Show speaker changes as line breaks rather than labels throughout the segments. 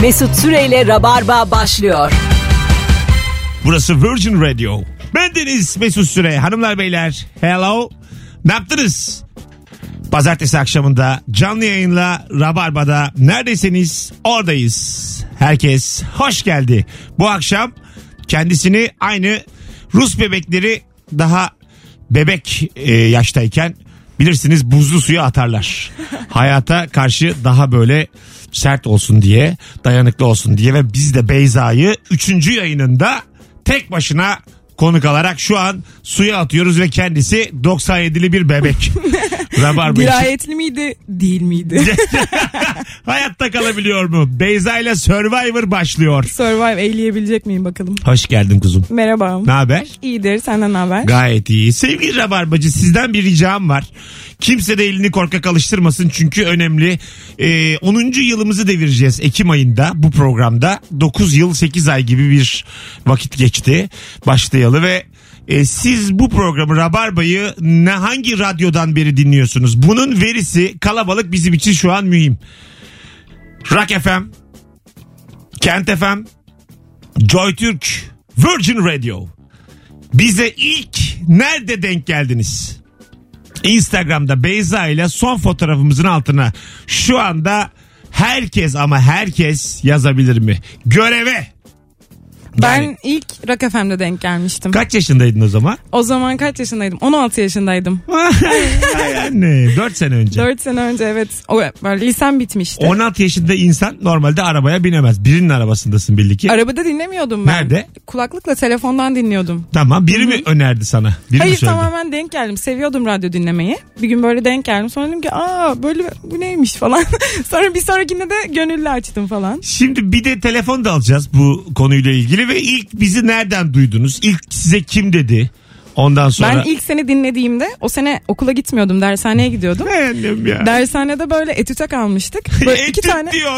Mesut Süreyle Rabarba başlıyor.
Burası Virgin Radio. Ben Deniz Mesut Süre. Hanımlar beyler. Hello. Ne yaptınız? Pazartesi akşamında canlı yayınla Rabarba'da neredesiniz oradayız. Herkes hoş geldi. Bu akşam kendisini aynı Rus bebekleri daha bebek e, yaştayken bilirsiniz buzlu suya atarlar. Hayata karşı daha böyle sert olsun diye, dayanıklı olsun diye ve biz de Beyza'yı 3. yayınında tek başına konuk alarak şu an suya atıyoruz ve kendisi 97'li bir bebek. Rabarba için
Dirayetli miydi? Değil miydi?
hayatta kalabiliyor mu? Beyza ile Survivor başlıyor.
Survive eyleyebilecek miyim bakalım?
Hoş geldin kuzum.
Merhaba.
Ne haber?
İyidir senden ne haber?
Gayet iyi. Sevgili Rabarbacı sizden bir ricam var. Kimse de elini korkak alıştırmasın çünkü önemli. Ee, 10. yılımızı devireceğiz Ekim ayında bu programda. 9 yıl 8 ay gibi bir vakit geçti başlayalı ve e, siz bu programı Rabarba'yı ne hangi radyodan beri dinliyorsunuz? Bunun verisi kalabalık bizim için şu an mühim. Rock FM, Kent FM, Joy Türk, Virgin Radio. Bize ilk nerede denk geldiniz? Instagram'da Beyza ile son fotoğrafımızın altına şu anda herkes ama herkes yazabilir mi? Göreve.
Ben
Yani
ilk Rock FM'de denk gelmiştim.
kaç yaşındaydın o zaman?
o zaman kaç yaşındaydım? 16 yaşındaydım.
Ay anne 4 sene önce.
4 sene önce evet. O, böyle lisem bitmişti.
16 yaşında insan normalde arabaya binemez. Birinin arabasındasın belli ki.
Arabada dinlemiyordum ben.
Nerede?
Kulaklıkla telefondan dinliyordum.
tamam biri mi önerdi sana? Biri mi
Hayır
söyledi?
tamamen denk geldim. Seviyordum radyo dinlemeyi. Bir gün böyle denk geldim. Sonra dedim ki aa böyle bu neymiş falan. Sonra bir sonrakinde de gönüllü açtım falan.
Şimdi bir de telefon da alacağız bu konuyla ilgili ve ilk bizi nereden duydunuz? İlk size kim dedi? Ondan sonra...
Ben ilk seni dinlediğimde o sene okula gitmiyordum dershaneye gidiyordum.
Ay annem ya.
Dershanede böyle etüte kalmıştık. Böyle iki
Etüt
tane
diyor.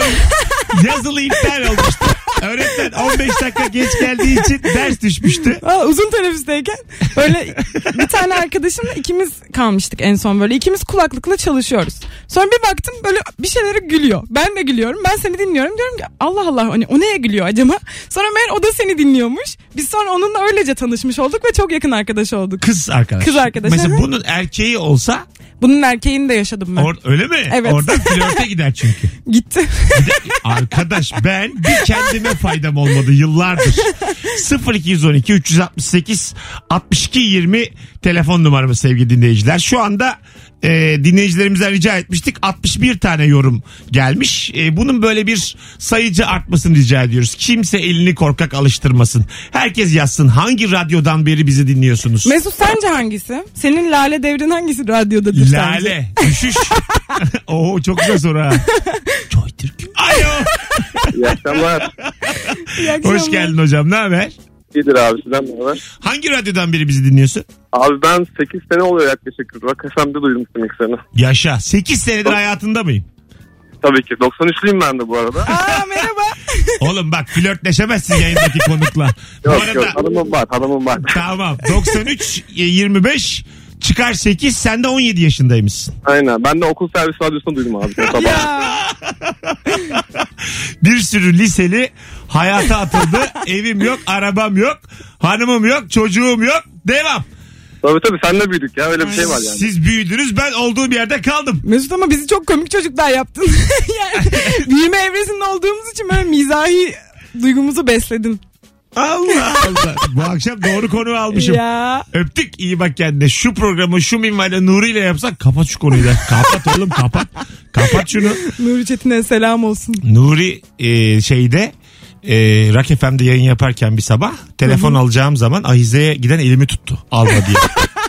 Yazılı iptal olmuştu. Öğretmen 15 dakika geç geldiği için ders düşmüştü.
Aa, uzun teneffüsteyken böyle bir tane arkadaşımla ikimiz kalmıştık en son böyle. ikimiz kulaklıkla çalışıyoruz. Sonra bir baktım böyle bir şeylere gülüyor. Ben de gülüyorum. Ben seni dinliyorum. Diyorum ki Allah Allah hani o neye gülüyor acaba? Sonra meğer o da seni dinliyormuş. Biz sonra onunla öylece tanışmış olduk ve çok yakın arkadaş olduk.
Kız arkadaş.
Kız arkadaş,
Mesela
evet.
bunun erkeği olsa
Bunun erkeğini de yaşadım ben.
or, öyle mi?
Evet.
Oradan flörte gider çünkü.
Gitti.
Arkadaş ben bir kendime faydam olmadı yıllardır. 0212 368 62 20 telefon numaramız sevgili dinleyiciler. Şu anda e, dinleyicilerimizden rica etmiştik. 61 tane yorum gelmiş. E, bunun böyle bir sayıcı artmasını rica ediyoruz. Kimse elini korkak alıştırmasın. Herkes yazsın. Hangi radyodan beri bizi dinliyorsunuz?
Mesut sence hangisi? Senin Lale devrin hangisi radyodadır sence?
Lale. Düşüş. Oo çok güzel soru ha. Joy Türk. Alo.
İyi akşamlar.
İyi akşamlar.
Hoş geldin hocam. Ne haber?
İyidir abi sizden ne haber?
Hangi radyodan biri bizi dinliyorsun?
Abi ben 8 sene oluyor yaklaşık. Rock FM'de duymuştum ilk sene.
Yaşa. 8 senedir hayatında mıyım?
Tabii ki. 93'lüyüm ben de bu arada.
Aa merhaba.
Oğlum bak flörtleşemezsin yayındaki konukla. Bu
yok yok
arada
hanımım var hanımım var.
tamam 93 e, 25 çıkar 8 sen de 17 yaşındaymışsın.
Aynen ben de okul servis radyosunu duydum abi. Sabah.
ya.
Bir sürü liseli hayata atıldı. Evim yok, arabam yok, hanımım yok, çocuğum yok. Devam.
tabii tabii senle büyüdük ya öyle bir şey var yani.
Siz büyüdünüz ben olduğum yerde kaldım.
Mesut ama bizi çok komik çocuklar yaptın. yani büyüme evresinde olduğumuz için böyle mizahi duygumuzu besledin.
Allah Allah. Bu akşam doğru konu almışım.
Ya.
Öptük iyi bak kendine. Şu programı şu minvalde Nuri ile yapsak kapat şu konuyu da. Kapat oğlum kapat. Kapat şunu.
Nuri Çetin'e selam olsun.
Nuri e, şeyde e, Rock FM'de yayın yaparken bir sabah telefon alacağım zaman Ahize'ye giden elimi tuttu. Alma diye.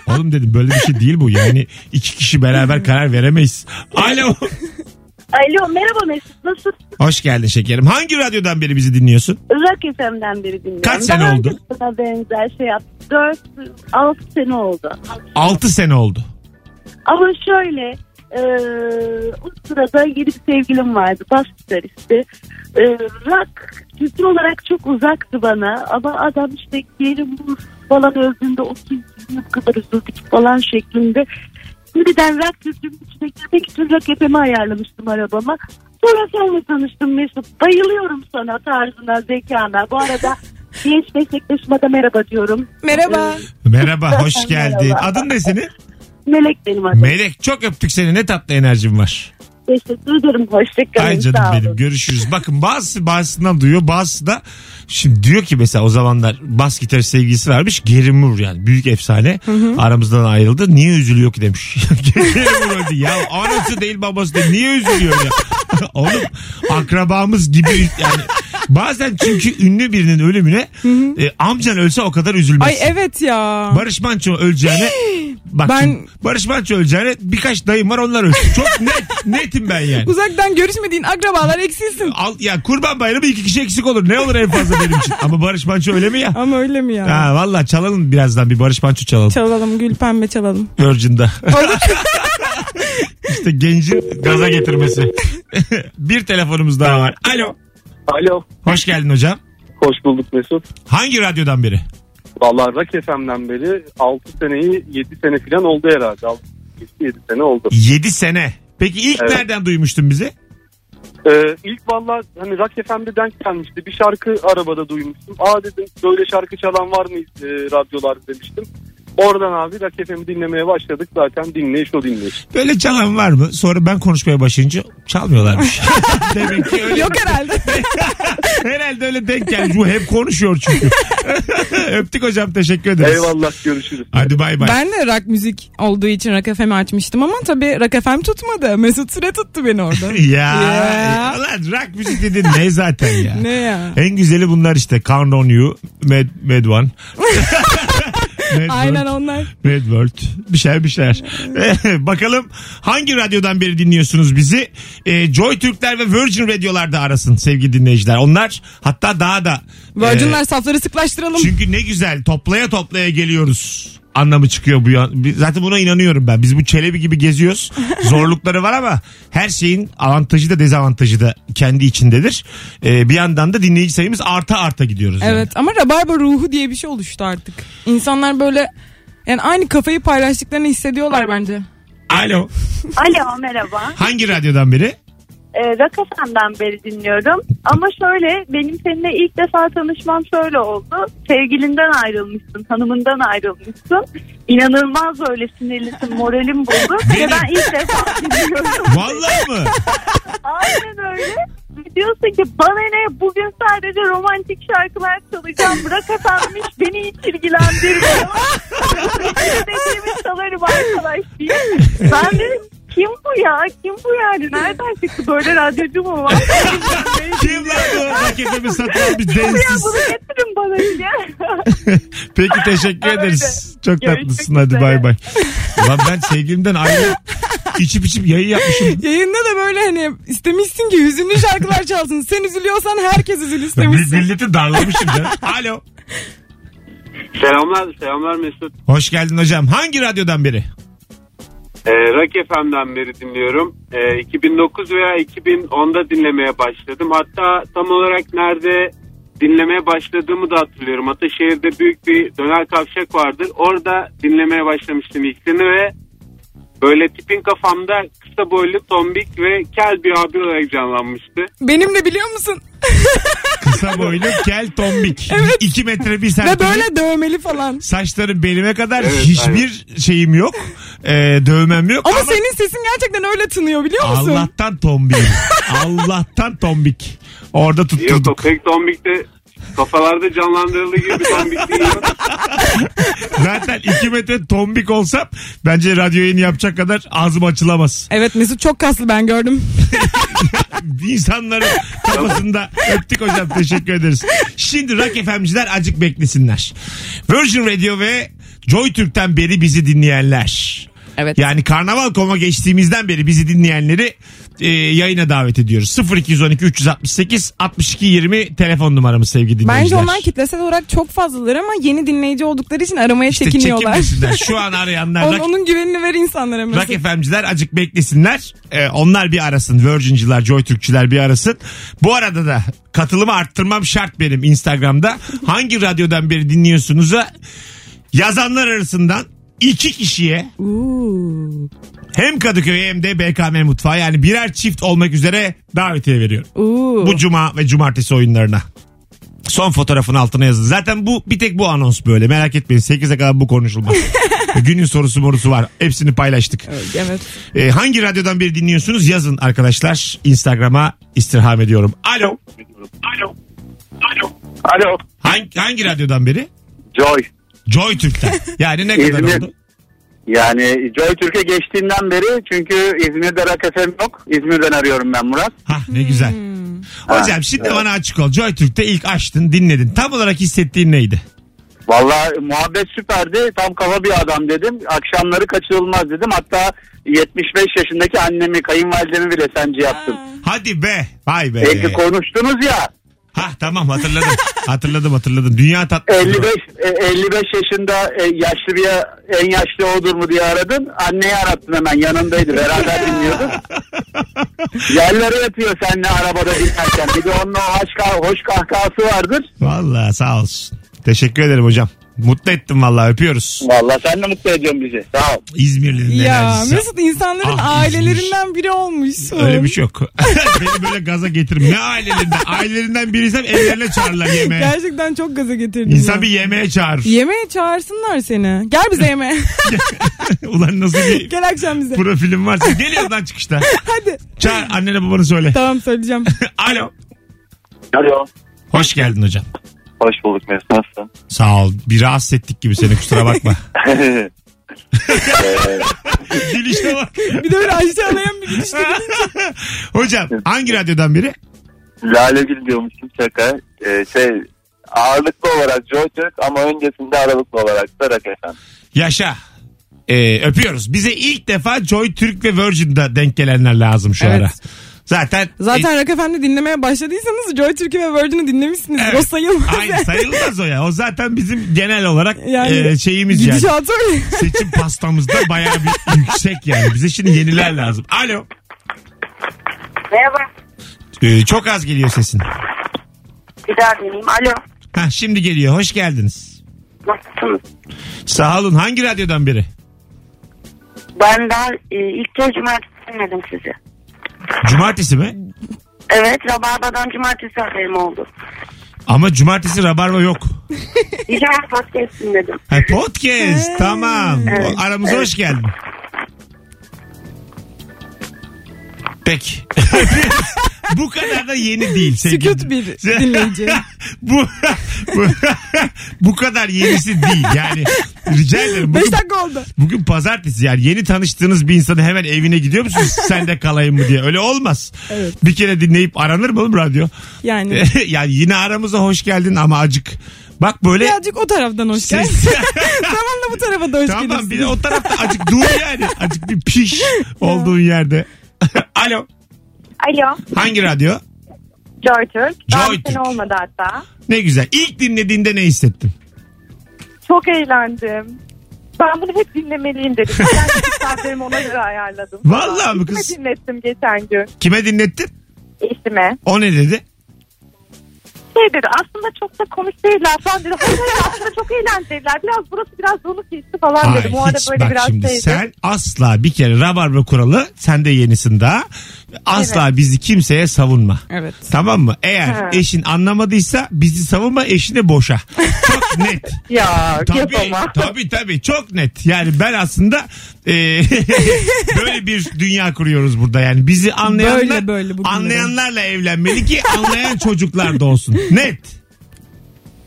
Oğlum dedim böyle bir şey değil bu. Yani iki kişi beraber karar veremeyiz. Alo.
Alo merhaba Mesut nasılsın?
Hoş geldin şekerim. Hangi radyodan beri bizi dinliyorsun?
Rock FM'den beri dinliyorum.
Kaç sene
Daha
oldu?
önce Sana benzer şey yaptım. 4, 6 sene oldu.
6 sene oldu.
Ama şöyle e, o sırada yeni bir sevgilim vardı. Bas gitaristi. E, rock kültür olarak çok uzaktı bana. Ama adam işte yeni bu falan öldüğünde o kim bu kadar üzüldü ki falan şeklinde. Şimdiden rock kültürünün içine girmek için rock FM'i ayarlamıştım arabama. Sonra senle tanıştım Mesut. Bayılıyorum sana tarzına, zekana. Bu arada genç meslektaşıma da merhaba diyorum.
Merhaba.
Merhaba hoş geldin.
Merhaba.
Adın ne senin?
Melek benim adım.
Melek çok öptük seni ne tatlı enerjin var.
Teşekkür ederim. Hoşçakalın.
Ay canım benim görüşürüz. Bakın bazısı bazısından duyuyor bazısı da şimdi diyor ki mesela o zamanlar bas gitar sevgilisi varmış Gerimur yani büyük efsane aramızdan ayrıldı. Niye üzülüyor ki demiş. Gerimur öldü ya anası değil babası değil niye üzülüyor ya. Oğlum akrabamız gibi yani bazen çünkü ünlü birinin ölümüne e, amcan ölse o kadar üzülmez.
Ay evet ya.
Barış Manço öleceğine bak
Ben-
şimdi Barış Manço öleceğine birkaç dayım var onlar ölsün. Çok net netim ben yani.
Uzaktan görüşmediğin akrabalar eksilsin.
Al, ya kurban bayramı iki kişi eksik olur. Ne olur en fazla benim için. Ama Barış Manço öyle mi ya?
Ama öyle mi ya?
Ha valla çalalım birazdan bir Barış Manço çalalım.
Çalalım gül pembe çalalım.
Virgin'da. işte gencin gaza getirmesi. bir telefonumuz daha var. Alo.
Alo.
Hoş geldin hocam.
Hoş bulduk Mesut.
Hangi radyodan biri?
Vallahi Rock FM'den beri 6 seneyi 7 sene falan oldu herhalde. 6, 7 sene oldu.
7 sene. Peki ilk
Evet.
nereden duymuştun bizi?
Ee, ilk valla hani Rock FM'de denk gelmişti. Bir şarkı arabada duymuştum. Aa dedim böyle şarkı çalan var mı e, radyolarda demiştim. Oradan abi Rock FM'i dinlemeye başladık. Zaten dinleyiş o dinleyiş.
Böyle çalan var mı? Sonra ben konuşmaya başlayınca çalmıyorlarmış. Demek ki öyle
Yok herhalde.
Herhalde öyle denk gelmiş. Bu hep konuşuyor çünkü. Öptük hocam teşekkür ederiz.
Eyvallah görüşürüz.
Hadi bay bay.
ben de rock müzik olduğu için rock FM'i açmıştım ama tabii rock FM tutmadı. Mesut Süre tuttu beni orada.
Ya,
Ya.
lan rock müzik dedin ne zaten ya.
ne ya?
En güzeli bunlar işte. Count on you. Mad, Mad One. Mad
Aynen
World,
onlar.
Mad World. Bir şeyler bir şeyler. Bakalım hangi radyodan beri dinliyorsunuz bizi? Ee, Joy Türkler ve Virgin Radyolarda arasın sevgili dinleyiciler. Onlar hatta daha da... e,
Virgin'ler safları sıklaştıralım.
Çünkü ne güzel toplaya toplaya geliyoruz anlamı çıkıyor bu yan. Bi- Zaten buna inanıyorum ben. Biz bu çelebi gibi geziyoruz. Zorlukları var ama her şeyin avantajı da dezavantajı da kendi içindedir. Ee, bir yandan da dinleyici sayımız arta arta gidiyoruz. yani.
Evet ama rabarba ruhu diye bir şey oluştu artık. İnsanlar böyle yani aynı kafayı paylaştıklarını hissediyorlar bence.
Alo.
Alo merhaba.
Hangi radyodan beri?
e, Rakasan'dan beri dinliyorum. Ama şöyle benim seninle ilk defa tanışmam şöyle oldu. Sevgilinden ayrılmışsın, hanımından ayrılmışsın. İnanılmaz öyle sinirlisin, moralim bozuk.
Benim.
Ve ben ilk defa dinliyorum.
Vallahi mı?
Aynen öyle. Ve Diyorsun ki bana ne bugün sadece romantik şarkılar çalacağım. Rakasan'mış beni hiç ilgilendirmiyor. Dediğimi çalarım arkadaş diye. Ben dedim kim bu ya? Kim bu yani? Nereden çıktı? Böyle radyocu mu var?
Kim lan bu? Paketimi satın almış
Ya
densiz.
bunu getirin bana diye.
Peki teşekkür
Öyle.
ederiz. Çok
Görüşmek
tatlısın hadi
üzere.
bay bay. Ulan ben sevgilimden ayrı içip içip yayın yapmışım.
Yayında da böyle hani istemişsin ki hüzünlü şarkılar çalsın. Sen üzülüyorsan herkes üzül
Bir
istemişsin.
milleti darlamışım canım. Alo.
Selamlar, selamlar Mesut.
Hoş geldin hocam. Hangi radyodan biri?
Ee, Rock FM'den beri dinliyorum. Ee, 2009 veya 2010'da dinlemeye başladım. Hatta tam olarak nerede dinlemeye başladığımı da hatırlıyorum. Ataşehir'de büyük bir döner kavşak vardır. Orada dinlemeye başlamıştım ilkini ve böyle tipin kafamda kısa boylu, tombik ve kel bir abi olarak canlanmıştı.
Benimle biliyor musun?
Kısa boylu kel tombik. 2 metre bir
Ve
santim.
böyle dövmeli falan.
Saçlarım belime kadar
Evet,
hiçbir şeyim yok. Ee, dövmem yok.
Ama, senin sesin gerçekten öyle tınıyor biliyor musun?
Allah'tan tombik. Allah'tan tombik. Orada
Yok o
tutturduk.
pek tombik de kafalarda canlandırıldığı gibi bir tombik değil.
Zaten 2 metre tombik olsam bence radyo yayını yapacak kadar ağzım açılamaz.
Evet Mesut çok kaslı ben gördüm.
İnsanların kafasında öptük hocam teşekkür ederiz. Şimdi Rock FM'ciler acık beklesinler. Virgin Radio ve Joy Türk'ten beri bizi dinleyenler.
Evet.
Yani karnaval koma geçtiğimizden beri bizi dinleyenleri e, yayına davet ediyoruz. 0212 368 62 20 telefon numaramız sevgili dinleyiciler.
Bence onlar kitlesel olarak çok fazlalar ama yeni dinleyici oldukları için aramaya
İşte
çekiniyorlar.
çekinmesinler. Şu an arayanlar
Onun,
Rock,
onun güvenini ver insanlara Mesut.
rock FM'ciler acık beklesinler. E, onlar bir arasın. Virgin'ciler, Joy Türkçüler bir arasın. Bu arada da katılımı arttırmam şart benim Instagram'da. Hangi radyodan beri dinliyorsunuz'a yazanlar arasından iki kişiye
Oo.
Hem Kadıköy hem de BKM Mutfağı yani birer çift olmak üzere davetiye veriyorum.
Oo.
Bu cuma ve cumartesi oyunlarına. Son fotoğrafın altına yazın. Zaten bu bir tek bu anons böyle. Merak etmeyin 8'e kadar bu konuşulmaz. E, Günün sorusu morusu var. Hepsini paylaştık.
evet.
Ee, hangi radyodan biri dinliyorsunuz yazın arkadaşlar. Instagram'a istirham ediyorum. Alo.
Alo. Alo. Alo.
Hangi, hangi radyodan biri?
Joy.
Joy Türk'ten. Yani ne kadar
İzmir.
oldu?
Yani Joy Türk'e geçtiğinden beri çünkü İzmir'de Rakefem yok. İzmir'den arıyorum ben Murat.
Hah ne güzel.
Hmm.
Hocam
Ah,
Ha,
şimdi
evet.
bana açık ol. Joy Türk'te ilk açtın dinledin. Tam olarak hissettiğin neydi?
Valla muhabbet süperdi. Tam kafa bir adam dedim. Akşamları kaçırılmaz dedim. Hatta 75 yaşındaki annemi, kayınvalidemi bile sence yaptım.
Hadi be. Vay be.
Peki konuştunuz ya.
Hah tamam hatırladım. hatırladım hatırladım. Dünya tatlı.
55 e, 55 yaşında e, yaşlı bir en yaşlı odur mu diye aradın. Anneyi arattın hemen yanındaydı. Beraber dinliyorduk. Yerlere yatıyor seninle arabada dinlerken. Bir de onun o hoş, kah- hoş kahkahası vardır.
Valla sağ olsun. Teşekkür ederim hocam. Mutlu ettim valla öpüyoruz.
Valla sen de mutlu ediyorsun bizi. Sağ ol.
İzmirli'nin
Ya
enerjisi.
Mesut insanların
Ah,
ailelerinden biri olmuşsun.
Öyle bir şey yok. Beni böyle gaza getirme. Ne ailelerinden? Ailelerinden biriysem evlerine çağırırlar yemeğe.
Gerçekten çok gaza getirdin. ya.
İnsan bir yemeğe çağırır.
Yemeğe çağırsınlar seni. Gel bize yemeğe.
Ulan nasıl bir
Gel akşam bize.
profilim varsa. Geliyor lan çıkışta.
Hadi.
Çağır annene babanı söyle.
Tamam söyleyeceğim.
Alo.
Alo.
Hoş geldin hocam.
Hoş bulduk Mesut. Nasılsın?
Sağ ol. Bir rahatsız ettik gibi seni kusura bakma. Gülüşe bak.
bir de öyle aşağılayan bir gidişle gidince.
Hocam hangi radyodan biri?
Lalegül diyormuşum şaka. şey ağırlıklı olarak Joy ama öncesinde aralıklı olarak da Rakefem.
Yaşa. Ee, öpüyoruz. Bize ilk defa Joy Türk ve Virgin'da denk gelenler lazım şu
Evet.
ara. Zaten e,
Zaten Rock FM'de dinlemeye başladıysanız Joy Türkiye ve Virgin'i dinlemişsiniz.
Evet.
O sayılmaz.
Aynı sayılmaz o ya. O zaten bizim genel olarak
Yani
e, şeyimiz yani.
Gidişatı öyle.
Seçim pastamızda bayağı bir yüksek yani. Bize şimdi yeniler lazım. Alo.
Merhaba.
Ee, çok az geliyor sesin.
Bir daha deneyeyim. Alo.
Hah, şimdi geliyor. Hoş geldiniz.
Nasılsınız?
Sağ olun. Hangi radyodan biri?
Ben daha e, ilk kez cumartesi dinledim sizi.
Cumartesi mi?
Evet Rabarba'dan cumartesi haberim oldu.
Ama cumartesi rabarba yok.
Dijital podcast dinledim.
Ha, podcast. tamam. O- Aramıza hoş geldin. Peki. Bu kadar da yeni değil sevgili.
Sükut bir dinleyici.
bu, bu, bu kadar yenisi değil yani. Rica ederim. Bugün,
5 dakika oldu.
bugün pazartesi yani yeni tanıştığınız bir insanı hemen evine gidiyor musunuz? Sen de kalayım mı diye. Öyle olmaz.
Evet.
Bir kere dinleyip aranır mı oğlum radyo? Ee,
Yani
yani yine aramıza hoş geldin ama acık. Bak böyle
birazcık o taraftan hoş geldin.
Ses-
tamam da bu tarafa da hoş
şey- tamam
gelirsin.
bir de o tarafta acık dur yani. Acık bir piş olduğun yerde. Alo.
Alo.
Hangi radyo?
Joy Türk.
Joy
Daha bir
Türk.
sene olmadı hatta.
Ne güzel. İlk dinlediğinde ne hissettin?
Çok eğlendim. Ben bunu hep dinlemeliyim dedim. Ben saatlerimi ona göre ayarladım.
Vallahi mi kız?
Eşime dinlettim geçen gün.
Kime dinlettin?
Eşime.
O ne dedi?
Şey dedi aslında çok da komik değiller falan dedi. Hayır hayır, aslında çok eğlenceliler. Biraz burası biraz donuk geçti falan
Ay,
dedim. O arada
hiç
böyle
bak
biraz
şimdi
şeydi.
sen asla bir kere rabarba kuralı sen de yenisin daha. Asla bizi kimseye savunma.
Evet.
Tamam mı? Eğer
Ha.
eşin anlamadıysa bizi savunma eşine boşa. Çok net.
Ya
Tabii, tabii tabii çok net. Yani ben aslında e, böyle bir dünya kuruyoruz burada. Yani bizi anlayanlar
Böyle, böyle bugünleri.
anlayanlarla evlenmeli ki anlayan çocuklar da olsun. Net.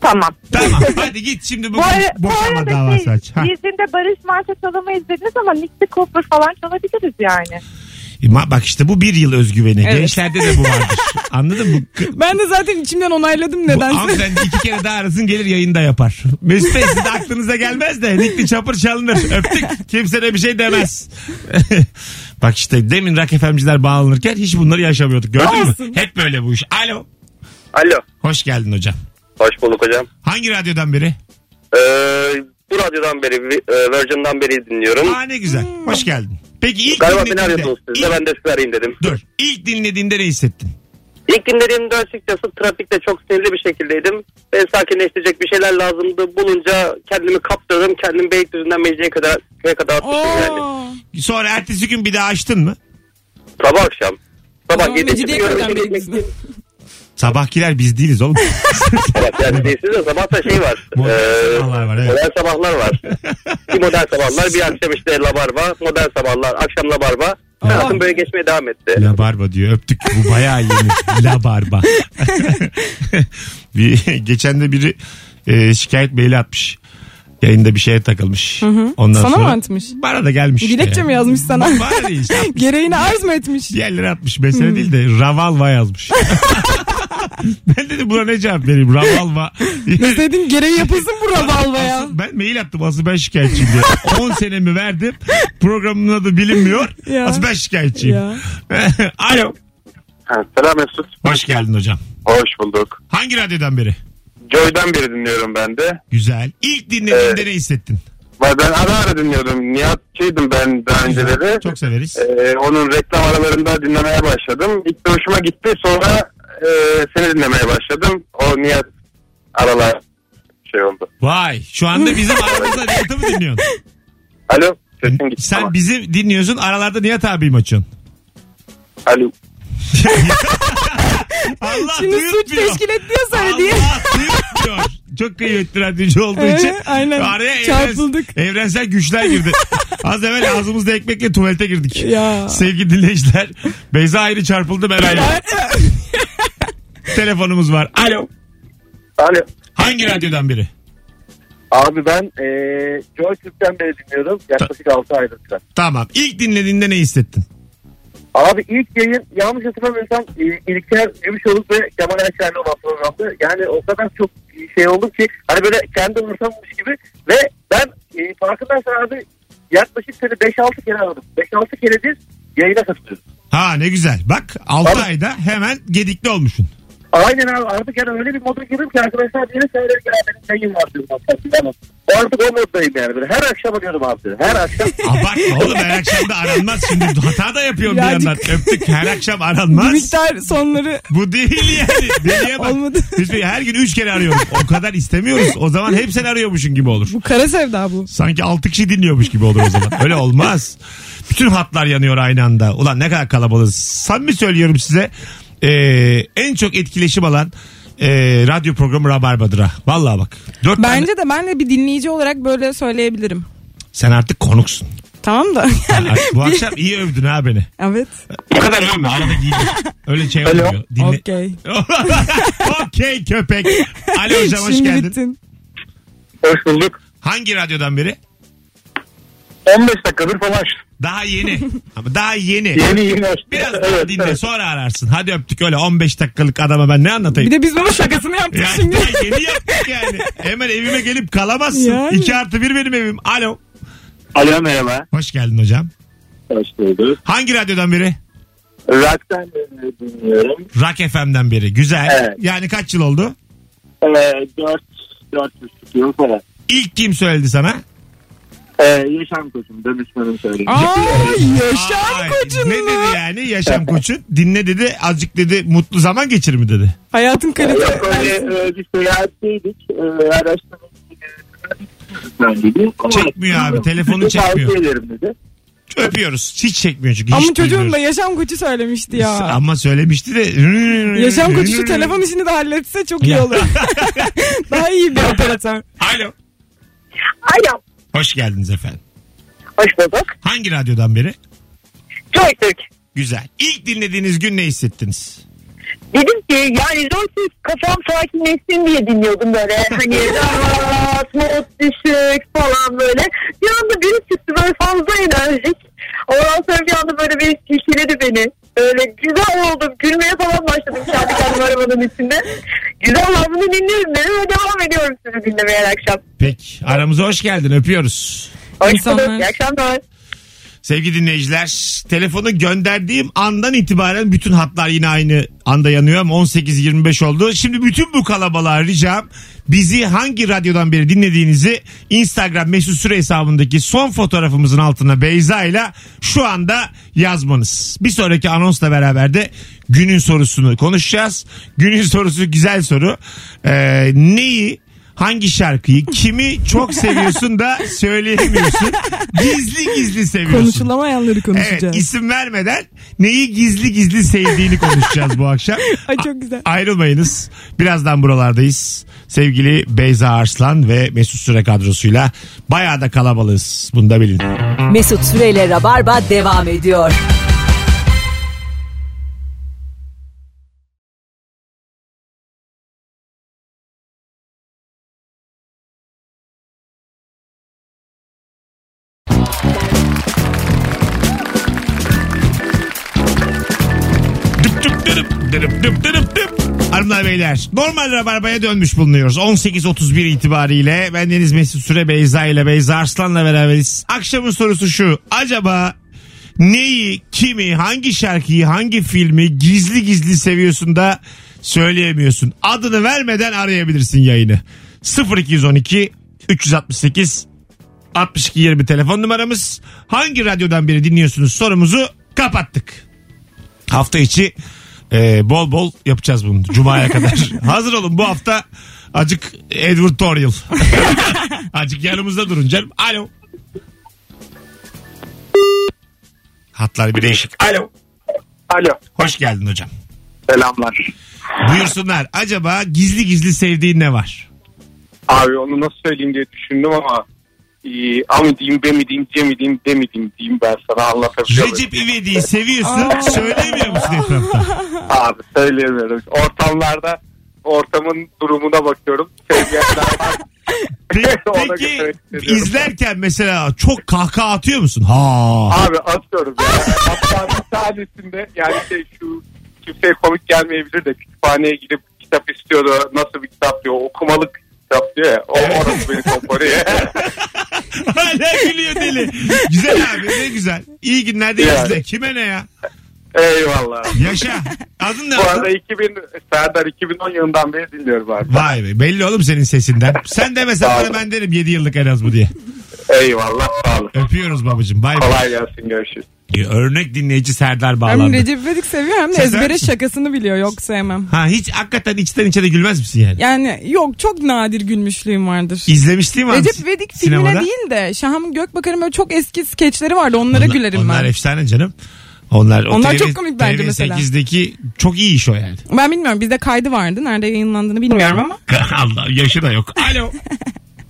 Tamam.
Tamam hadi git şimdi bugün
Bu, ara, bu
boşanma
arada
davası
şey,
aç. Ha.
dizinde Barış Manço çalamayız dediniz ama Nick Cooper falan çalabiliriz yani.
E, ma- Bak işte bu bir yıl özgüveni.
Evet.
Gençlerde de bu vardır. Anladın mı? Bu,
Ben de zaten içimden onayladım
bu
nedense.
hanımefendi iki kere daha arasın gelir yayında yapar. Mesut Bey siz de aklınıza gelmez de nikli çapır çalınır. Öptük. Kimse de bir şey demez. Bak işte demin rak efemciler bağlanırken hiç bunları yaşamıyorduk. Gördün mü?
Olsun.
Hep böyle bu iş. Alo.
Alo.
Hoş geldin hocam.
Hoş bulduk hocam.
Hangi radyodan biri?
Ee, bu radyodan beri, e, Virgin'dan beri dinliyorum.
Aa ne güzel.
Hmm.
Hoş geldin. Peki ilk
Galiba beni
dinlediğinde...
arıyordunuz siz de
ilk-
ben de sizi arayayım dedim.
Dur. İlk dinlediğinde ne hissettin?
İlk günlerim açıkçası trafikte çok sinirli bir şekildeydim. Ben sakinleştirecek bir şeyler lazımdı. Bulunca kendimi kaptırdım. Kendimi Beylikdüzü'nden Mecidiye'ye kadar, köye kadar atmıştım yani.
Oo.
Sonra ertesi gün bir daha açtın mı?
Sabah akşam.
Tamam,
Sabah yedi
Mecidiye
çıkıyorum,
kadar
işe gitmek
Beylikdüzü'ne.
için.
Sabahkiler biz değiliz oğlum.
Evet yani değilsiniz de sabah da şey var.
Modern
Ee,
sabahlar var, evet.
Modern sabahlar var. bir modern sabahlar bir akşam işte labarba. Modern sabahlar akşam labarba. Hayatım böyle geçmeye devam etti.
La Barba diyor. Öptük. Bu bayağı iyiymiş. La Barba. bir, geçen de biri e, şikayet maili atmış. Yayında bir şeye takılmış. Ondan
Sana
sonra
mı atmış?
Bana da gelmiş. işte
Dilekçe
yani.
mi yazmış sana?
Bana değil işte. atmış.
Gereğini arz mı etmiş?
Diğerleri atmış. Mesele
Hmm.
değil de Ravalva yazmış. ben dedim buna ne cevap vereyim? Ravalva.
Deseydin gereği yapılsın bu rabalvaya.
Asıl ben mail attım asıl ben şikayetçiyim diye. 10 senemi verdim. Programın adı bilinmiyor.
Ya.
Asıl ben şikayetçiyim.
Ya.
Alo.
Selam Mesut.
Hoş geldin hocam.
Hoş bulduk.
Hangi radyodan beri?
Joy'dan beri dinliyorum ben de.
Güzel. İlk dinlediğinde ne hissettin?
Ben ara ara dinliyordum. Nihatçıydım ben daha önceleri.
Çok severiz.
Ee, onun reklam aralarında dinlemeye başladım. İlk de hoşuma gitti. Sonra e, seni dinlemeye başladım. O Nihat aralar şey oldu.
Vay şu anda bizim aramızda Nihat'ı mı dinliyorsun?
Alo. Sesin gitti
Sen
ama.
bizi dinliyorsun aralarda Nihat abim açıyorsun.
Alo.
Allah
Şimdi suç
duyurtmuyor.
teşkil etmiyor sana
Allah
diye.
duyurtmuyor. Çok kıymetli radyocu olduğu
Ee,
için.
aynen.
Araya evrens-
Çarpıldık.
evrensel güçler girdi. Az evvel ağzımızda ekmekle tuvalete girdik.
Ya.
Sevgili dinleyiciler. Beyza ayrı çarpıldı ben ayrı. Telefonumuz var. Alo.
Alo.
Hangi radyodan biri?
Abi ben e, Joy Türk'ten beri dinliyorum. Yaklaşık 6 aydır falan.
Tamam. İlk dinlediğinde ne hissettin?
Abi ilk yayın yanlış hatırlamıyorsam e, İlker Gümüşoluk ve Kemal Ayşer'le olan programdı. Yani o kadar çok şey oldu ki hani böyle kendi umursammış gibi ve ben e, farkındaysan abi yaklaşık seni 5-6 kere aradım. 5-6 keredir yayına katılıyorum.
Ha ne güzel. Bak 6
Abi-
ayda hemen gedikli olmuşsun.
Aynen abi artık yani öyle bir moda girdim ki arkadaşlar yine seyreder ki "Aa, benim yayın var diyorum. hatta. Tamam. Artık o moddayım yani. Böyle her akşam arıyorum abi. seni. Her akşam.
Abartma oğlum her akşam da aranmaz. Şimdi hata da yapıyorum bir
Birazcık-
yandan. Öptük her akşam
Bir
aranmaz.
miktar sonları
Bu değil yani. Deliye bak.
Olmadı.
Biz bir- her gün 3 kere arıyoruz. O kadar istemiyoruz. O zaman hep sen arıyormuşsun gibi olur.
bu kara sevda bu.
Sanki 6 kişi dinliyormuş gibi olur o zaman. Öyle olmaz. Bütün hatlar yanıyor aynı anda. Ulan ne kadar kalabalığız. Samimi söylüyorum size. Ee, en çok etkileşim alan ee, radyo programı Rabarba'dır ha. Vallahi bak. Dört tane-
Bence de ben de bir dinleyici olarak böyle söyleyebilirim.
Sen artık konuksun.
Tamam da yani
Ay, Bu akşam iyi övdün ha beni.
evet.
Bu kadar övme arada giydim. Öyle şey
Alo.
olmuyor. Dinle.
Okey.
Okey köpek. Alo hocam hoş
Şimdi
geldin.
bittin.
Hoş bulduk.
Hangi radyodan beri?
15 dakikadır falan.
Daha yeni. Ama daha yeni.
Yeni yeni hoş.
Biraz daha dinle sonra ararsın. Hadi öptük öyle 15 dakikalık adama ben ne anlatayım?
Bir de biz bunun şakasını yaptık
Ya,
şimdi.
daha yeni yaptık yani. Hemen evime gelip kalamazsın.
Yani.
2 artı 1 benim evim. Alo.
Alo merhaba.
Hoş geldin hocam.
Hoş bulduk.
Hangi radyodan beri?
Rock'tan e, dinliyorum.
Rock FM'den beri. Güzel.
Evet.
Yani kaç yıl oldu?
E, 4 4,5 yıl falan.
İlk kim söyledi sana?
E, yaşam koçum, danışmanım söyledi.
Aa yaşam
Ay,
koçun
Ne dedi
mu?
yani yaşam koçun? Dinle dedi azıcık dedi mutlu zaman geçir mi dedi.
Hayatın kalite.
Yok öyle e, bir seyahatteydik. E, araştırma
Çekmiyor abi, telefonu çekmiyor.
Tavsiye ederim dedi.
Öpüyoruz. Hiç çekmiyor çünkü.
Ama
hiç
çocuğum da
duymuyoruz.
yaşam koçu söylemişti ya.
Ama söylemişti de.
Yaşam koçu şu telefon işini de halletse çok iyi
Ya.
olur. Daha iyi bir operatör.
Alo.
Alo.
Hoş geldiniz efendim.
Hoş bulduk.
Hangi radyodan beri?
Joy Türk.
Güzel. İlk dinlediğiniz gün ne hissettiniz?
Dedim ki yani Joystick kafam sakinleşsin diye dinliyordum böyle hani rahat, mod düşük falan böyle. Bir anda biri çıktı böyle fazla enerjik. Ondan sonra bir anda böyle bir silkeledi beni. Böyle güzel oldum. Gülmeye falan başladım kendi kendime arabanın içinde. Güzel lan bunu dinliyorum dedim ve devam ediyorum sizi dinlemeye her akşam.
Peki aramıza hoş geldin öpüyoruz.
Hoş
İnsanlar-
bulduk. İyi akşamlar.
Sevgili dinleyiciler telefonu gönderdiğim andan itibaren bütün hatlar yine aynı anda yanıyor ama 18-25 oldu. Şimdi bütün bu kalabalığa ricam bizi hangi radyodan beri dinlediğinizi Instagram mesut süre hesabındaki son fotoğrafımızın altına Beyza ile şu anda yazmanız. Bir sonraki anonsla beraber de günün sorusunu konuşacağız. Günün sorusu güzel soru. Ee, neyi Hangi şarkıyı kimi çok seviyorsun da söyleyemiyorsun. Gizli gizli seviyorsun.
Konuşulamayanları konuşacağız.
Evet isim vermeden neyi gizli gizli sevdiğini konuşacağız bu akşam.
Ay çok güzel.
A- Ayrılmayınız. Birazdan buralardayız. Sevgili Beyza Arslan ve Mesut Süre kadrosuyla bayağı da kalabalığız. Bunu da bilin.
Mesut Süreyle Rabarba devam ediyor.
Düp düp dürüp, dürüp düp dürüp düp. Hanımlar beyler normal rabarbaya dönmüş bulunuyoruz. 18.31 itibariyle ben Deniz Mesut Süre Beyza ile Beyza Arslan'la beraberiz. Akşamın sorusu şu. Acaba neyi, kimi, hangi şarkıyı, hangi filmi gizli gizli seviyorsun da söyleyemiyorsun? Adını vermeden arayabilirsin yayını. 0212 368 62 20 telefon numaramız. Hangi radyodan biri dinliyorsunuz sorumuzu kapattık. Hafta içi e, bol bol yapacağız bunu. Cuma'ya kadar. Hazır olun bu hafta acık Edward Toriel. acık yanımızda durun canım. Alo. Hatlar bir değişik. Alo.
Alo.
Hoş geldin hocam.
Selamlar.
Buyursunlar. Acaba gizli gizli sevdiğin ne var?
Abi onu nasıl söyleyeyim diye düşündüm ama e, A mı diyeyim B mi diyeyim C mi diyeyim D mi diyeyim diyeyim ben sana anlatabiliyor muyum?
Recep İvedik'i seviyorsun. söylemiyor musun etrafta?
Abi söyleyemiyorum. Ortamlarda ortamın durumuna bakıyorum. Sevgiye dair-
Peki,
Ona göre
peki
hissediyorum.
izlerken mesela çok kahkaha atıyor musun? Ha.
Abi atıyorum ya. Hatta bir tanesinde yani şey şu kimseye komik gelmeyebilir de kütüphaneye gidip kitap istiyordu. Nasıl bir kitap diyor. Okumalık kitap diyor ya. O orası beni koparıyor.
Hala gülüyor deli. Güzel abi ne güzel. İyi günler de
Ya.
izle. Kime ne ya?
Eyvallah.
Yaşa. Adın ne?
Bu
adın?
arada 2000 Serdar 2010 yılından beri dinliyorum abi.
Vay be belli oğlum senin sesinden. Sen demesen
Sağ ol.
bana ben derim 7 yıllık en az bu diye.
Eyvallah sağ olun.
Öpüyoruz babacığım. Bay bay.
Kolay gelsin görüşürüz.
Örnek dinleyici Serdar
Hem
bağlandı.
Recep İvedik seviyor hem de
Sever
ezbere
misin?
şakasını biliyor. Yok sevmem.
Ha hiç hakikaten içten içe de gülmez misin yani?
Yani yok çok nadir gülmüşlüğüm vardır.
İzlemiştim mi?
Recep İvedik filmine değil de Şahım Gökbakar'ın böyle çok eski skeçleri vardı onlara
Onlar-
gülerim
Onlar
ben.
efsane canım. Onlar, o
Onlar
TV
çok komik bence mesela.
TV8'deki çok iyi iş o yani.
Ben bilmiyorum bizde kaydı vardı nerede yayınlandığını bilmiyorum ama.
Allah yaşı da yok. Alo.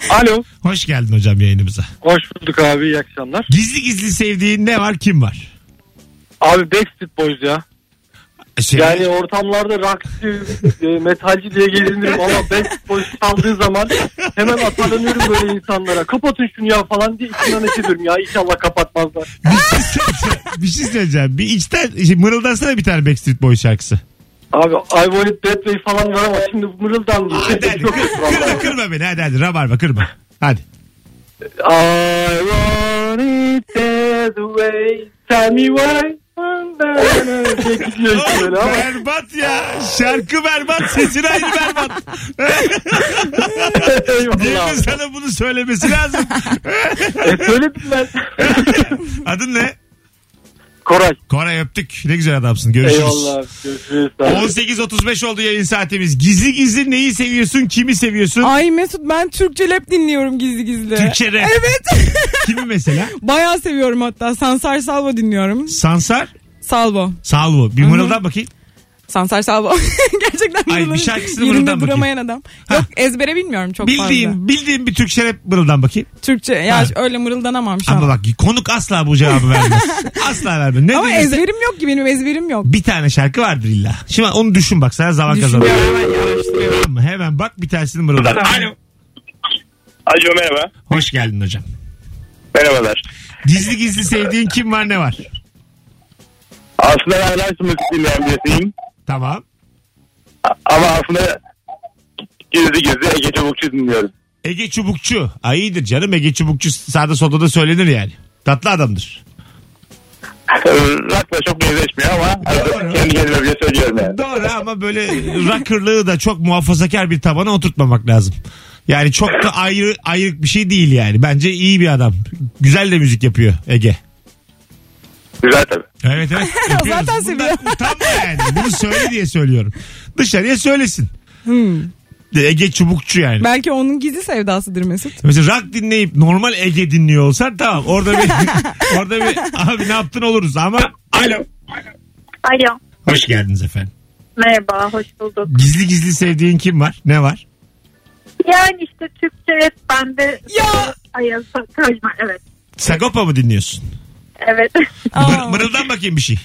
Alo.
Hoş geldin hocam yayınımıza.
Hoş bulduk abi iyi akşamlar.
Gizli gizli sevdiğin ne var kim var?
Abi Backstreet Boys ya.
Şey-
Yani ortamlarda rockçı, e, metalci diye gezinirim ama Backstreet Boys çaldığı zaman hemen atarlanıyorum böyle insanlara. Kapatın şunu ya falan diye içimden eşiyorum ya. İnşallah kapatmazlar.
bir, şey söyleyeceğim. bir şey söyleyeceğim. Bir içten şey, mırıldansana bir tane Backstreet Boy şarkısı.
Abi I Want It That Way falan var ama şimdi mırıldandı.
Hadi hadi.
Çok kötü vallahi.
Kırma, kırma beni hadi hadi. Rabarba kırma. Hadi.
I want it that way. Tell me why. Diye gidiyor işte
Oğlum,
böyle ama.
berbat ya. Şarkı berbat. Sesin aynı berbat.
Eyvallah.
Birinin sana bunu söylemesi lazım.
E, söyledim ben.
Adın ne?
Koray.
Koray öptük. Ne güzel adamsın. Görüşürüz.
Eyvallah. Görüşürüz.
18.35 oldu yayın saatimiz. Gizli gizli neyi seviyorsun, kimi seviyorsun?
Ay Mesut ben Türkçe rap dinliyorum gizli gizli.
Türkçe rap.
Evet.
Kimi mesela?
Bayağı seviyorum hatta. Sansar Salvo dinliyorum.
Sansar,
Salvo.
Salvo. Bir mırıldan bakayım.
Sansar Salvo. Gerçekten
Ay, bir
buraları
şarkısını
yerinde
buradan bakayım.
duramayan adam. Yok ezbere bilmiyorum çok fazla.
Bildiğim, bildiğim bir Türkçe rap mırıldan bakayım.
Türkçe. Ya
Ha.
öyle mırıldanamam şu
Ama
an.
bak konuk asla bu cevabı vermez. asla vermez. Ne
Ama
diyorsa-
ezberim yok ki benim ezberim yok.
Bir tane şarkı vardır illa. Şimdi onu düşün bak sana zaman kazanır.
Düşünüyorum hemen yavaşlıyorum.
Tamam mı? Hemen bak bir tanesini mırıldan. Alo.
Alo merhaba.
Hoş geldin hocam.
Merhabalar.
Gizli gizli sevdiğin kim var ne var?
Aslında ben Rice müzik dinleyen birisiyim.
Tamam.
Ama aslında gizli gizli Ege Çabukçu dinliyorum.
Ege Çubukçu. Ay iyidir canım Ege Çubukçu sağda solda da söylenir yani. Tatlı adamdır.
Rock'la çok benzeşmiyor ama
Doğru.
kendi kendime bile söylüyorum yani.
Doğru ama böyle rockerlığı da çok muhafazakar bir tabana oturtmamak lazım. Yani çok da ayrı ayrık bir şey değil yani. Bence iyi bir adam. Güzel de müzik yapıyor Ege.
Güzel tabii.
Evet evet. Yapıyoruz.
Zaten seviyor.
Bundan utanma yani. Bunu söyle diye söylüyorum. Dışarıya söylesin.
Hmm.
Ege çubukçu yani.
Belki onun gizli sevdasıdır Mesut.
Mesela rock dinleyip normal Ege dinliyor olsan tamam orada bir orada bir abi ne yaptın oluruz ama alo.
Alo.
Hoş geldiniz efendim.
Merhaba, hoş bulduk.
Gizli gizli sevdiğin kim var? Ne var?
Yani işte Türkçe rap bende
Ya.
Ayaz Kajma, evet.
Sagopa mı dinliyorsun?
Evet.
Mır, mırıldan bakayım bir şey.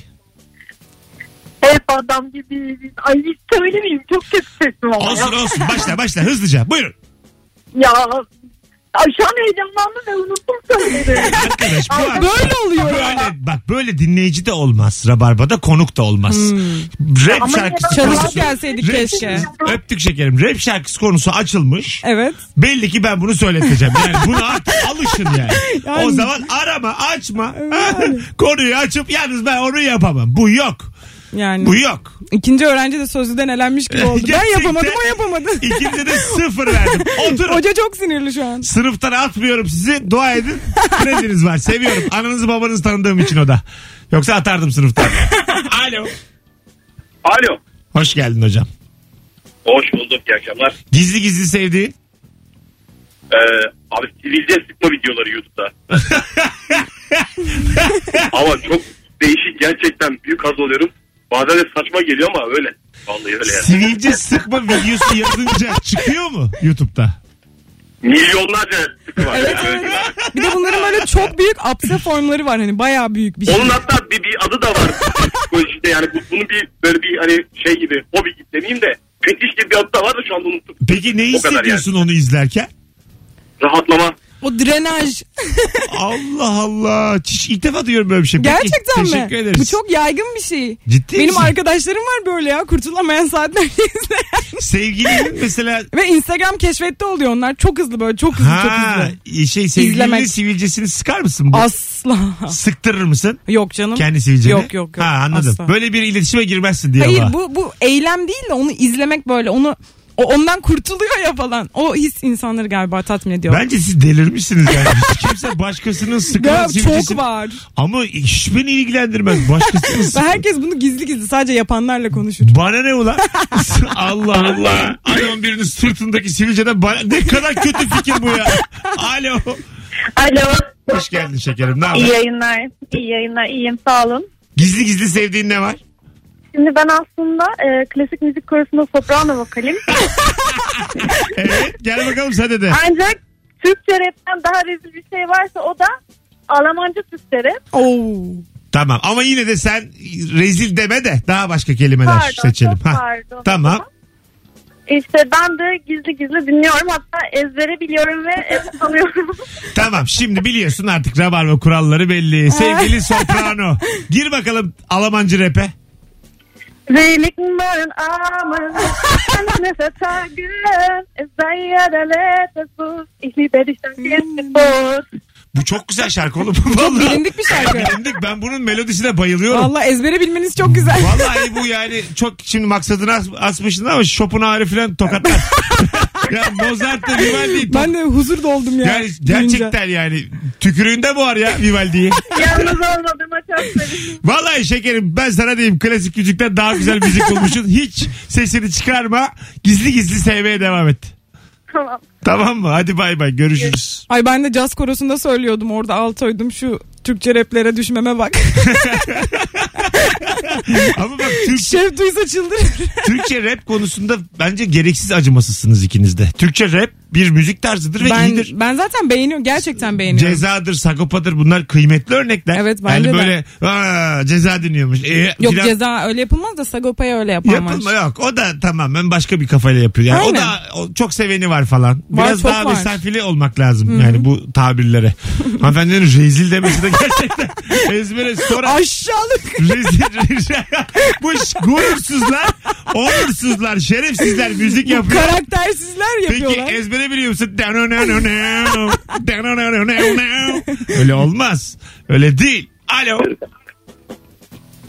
Hep adam gibi. Ay hiç söylemeyeyim. Çok kötü sesim ama.
Olsun olsun başla başla hızlıca buyurun.
Ya. Ay şu an heyecanlandım ve unuttum söyledim.
Arkadaş bu
Ay,
Böyle oluyor.
böyle bak böyle dinleyici de olmaz. Rabarba'da konuk da olmaz.
Hmm.
Rap
Ama
şarkısı
yine-
konusu-
Çalışıp gelseydik
Rap-
keşke.
Öptük şekerim. Rap şarkısı konusu açılmış.
Evet.
Belli ki ben bunu söyleteceğim. Yani buna artık alışın yani.
Yani-
O zaman arama, açma. Konuyu açıp yalnız ben onu yapamam. Bu yok.
Yani.
Bu yok.
İkinci öğrenci de sözlüden elenmiş gibi oldu. ben
Gerçekten
yapamadım o yapamadı.
İkinize de sıfır verdim. Oturun.
Hoca çok sinirli şu an.
Sınıftan atmıyorum sizi. Dua edin. Krediniz var. Seviyorum. Ananızı babanızı tanıdığım için o da. Yoksa atardım sınıftan. Alo.
Alo.
Hoş geldin hocam.
Hoş bulduk. iyi akşamlar.
Gizli gizli sevdiğin.
Ee, abi sivilce sıkma videoları YouTube'da. ama çok değişik. Gerçekten büyük haz alıyorum. Bazen de saçma geliyor ama öyle. Vallahi öyle yani.
Sivilce sıkma videosu yazınca çıkıyor mu YouTube'da?
Milyonlarca sıkı var.
Evet,
yani.
evet. Bir de bunların böyle çok büyük apse formları var hani bayağı büyük bir şey.
Onun hatta bir, bir adı da var. Psikolojide yani bu, bunun bir böyle bir hani şey gibi hobi gibi demeyeyim de fetiş gibi bir adı da var da şu anda unuttum.
Peki ne
O kadar yani.
hissediyorsun onu izlerken?
Rahatlama.
O drenaj.
Allah Allah. Hiç ilk defa duyuyorum böyle bir şey. Peki,
Gerçekten mi?
Teşekkür ederiz.
Bu çok yaygın bir şey.
Ciddi
Benim
misin?
arkadaşlarım var böyle ya kurtulamayan saatler izleyen.
Sevgilinin mesela
Ve Instagram keşfette oluyor onlar. Çok hızlı böyle çok hızlı çok
ha
hızlı.
şey sevgilinin
İzlemek.
sivilcesini sıkar mısın? Bu?
Asla.
Sıktırır mısın?
Yok canım.
Kendi sivilceni.
Yok, yok, yok.
Ha anladım.
Asla.
Böyle bir iletişime girmezsin diye
Hayır
ama.
bu bu eylem değil de onu izlemek böyle onu o ondan kurtuluyor ya falan. O his insanları galiba tatmin ediyor.
Bence siz delirmişsiniz yani. Hiç kimse başkasının sıkılan
Ya çok
sivilcesini...
var.
Ama hiç beni ilgilendirmez. Başkasının
Ve
sık-
herkes bunu gizli gizli sadece yapanlarla konuşur.
Bana ne ulan? Allah Allah. Adamın birinin sırtındaki sivilceden bana... Ne kadar kötü fikir bu ya. Alo.
Alo.
Hoş geldin şekerim. Ne haber?
İyi yayınlar. İyi yayınlar. İyiyim. Sağ olun.
Gizli gizli sevdiğin ne var?
Şimdi ben aslında e, klasik müzik korusunda soprano vokalim.
Evet. Gel bakalım sen de de.
Ancak Türkçe rapten daha rezil bir şey varsa o da Almanca Türkçe rap.
Oo.
Tamam ama yine de sen rezil deme de daha başka kelimeler
Pardon,
seçelim.
çok pardon.
Tamam.
İşte ben de gizli gizli dinliyorum. Hatta ezbere biliyorum ve e, tanıyorum.
Tamam şimdi biliyorsun artık rabarba kuralları belli. Sevgili soprano. Gir bakalım Almancı rap'e.
Seligmann Armen, eine Vertage, es sei ja der letzte Fuß, ich liebe dich, dann geht's mit Boot.
Bu çok güzel şarkı oğlum. Vallahi.
bilindik bir şarkı.
Bilindik. Ben bunun melodisine bayılıyorum.
Valla ezbere bilmeniz çok güzel.
Vallahi bu yani çok şimdi maksadını as, asmışsın ama Schopenhauer'ı falan tokatlar. ya Mozart da Vivaldi'yi
Ben de huzur doldum ya.
yani
duyunca.
gerçekten yani tükürüğünde bu var ya Vivaldi'yi.
Yalnız olmadığıma çok sevindim.
Vallahi şekerim ben sana diyeyim klasik müzikten daha güzel müzik bulmuşsun. Hiç sesini çıkarma. Gizli gizli sevmeye devam et.
Tamam.
Tamam mı? Hadi bay bay görüşürüz.
Ay ben de caz korosunda söylüyordum orada altoydum şu Türkçe raplere düşmeme bak.
Ama bak Türk,
Şef duysa çıldırır.
Türkçe rap konusunda bence gereksiz acımasızsınız ikiniz de. Türkçe rap bir müzik tarzıdır ve
ben,
iyidir.
ben zaten beğeniyorum gerçekten beğeniyorum.
Cezadır, sagopadır bunlar kıymetli örnekler.
Evet, bence
yani
de.
böyle "Aa, ceza dinliyormuş. E,
Yok
filan-
ceza öyle yapılmaz da Sagopa'ya öyle yapamaz.
Yapılma yok. O da tamamen başka bir kafayla yapıyor. Yani o
Aynen.
da o çok seveni var falan.
Var,
Biraz
çok
daha
var.
mesafeli olmak lazım yani bu tabirlere. Hanımefendinin rezil demesi de gerçekten ezbere sonra
Aşağılık.
rezil, rezil. bu ş- gurursuzlar, onursuzlar, şerefsizler müzik yapıyor.
Karaktersizler
Peki e,
yapıyorlar.
ezbere biliyor musun? Öyle olmaz. Öyle değil. Alo.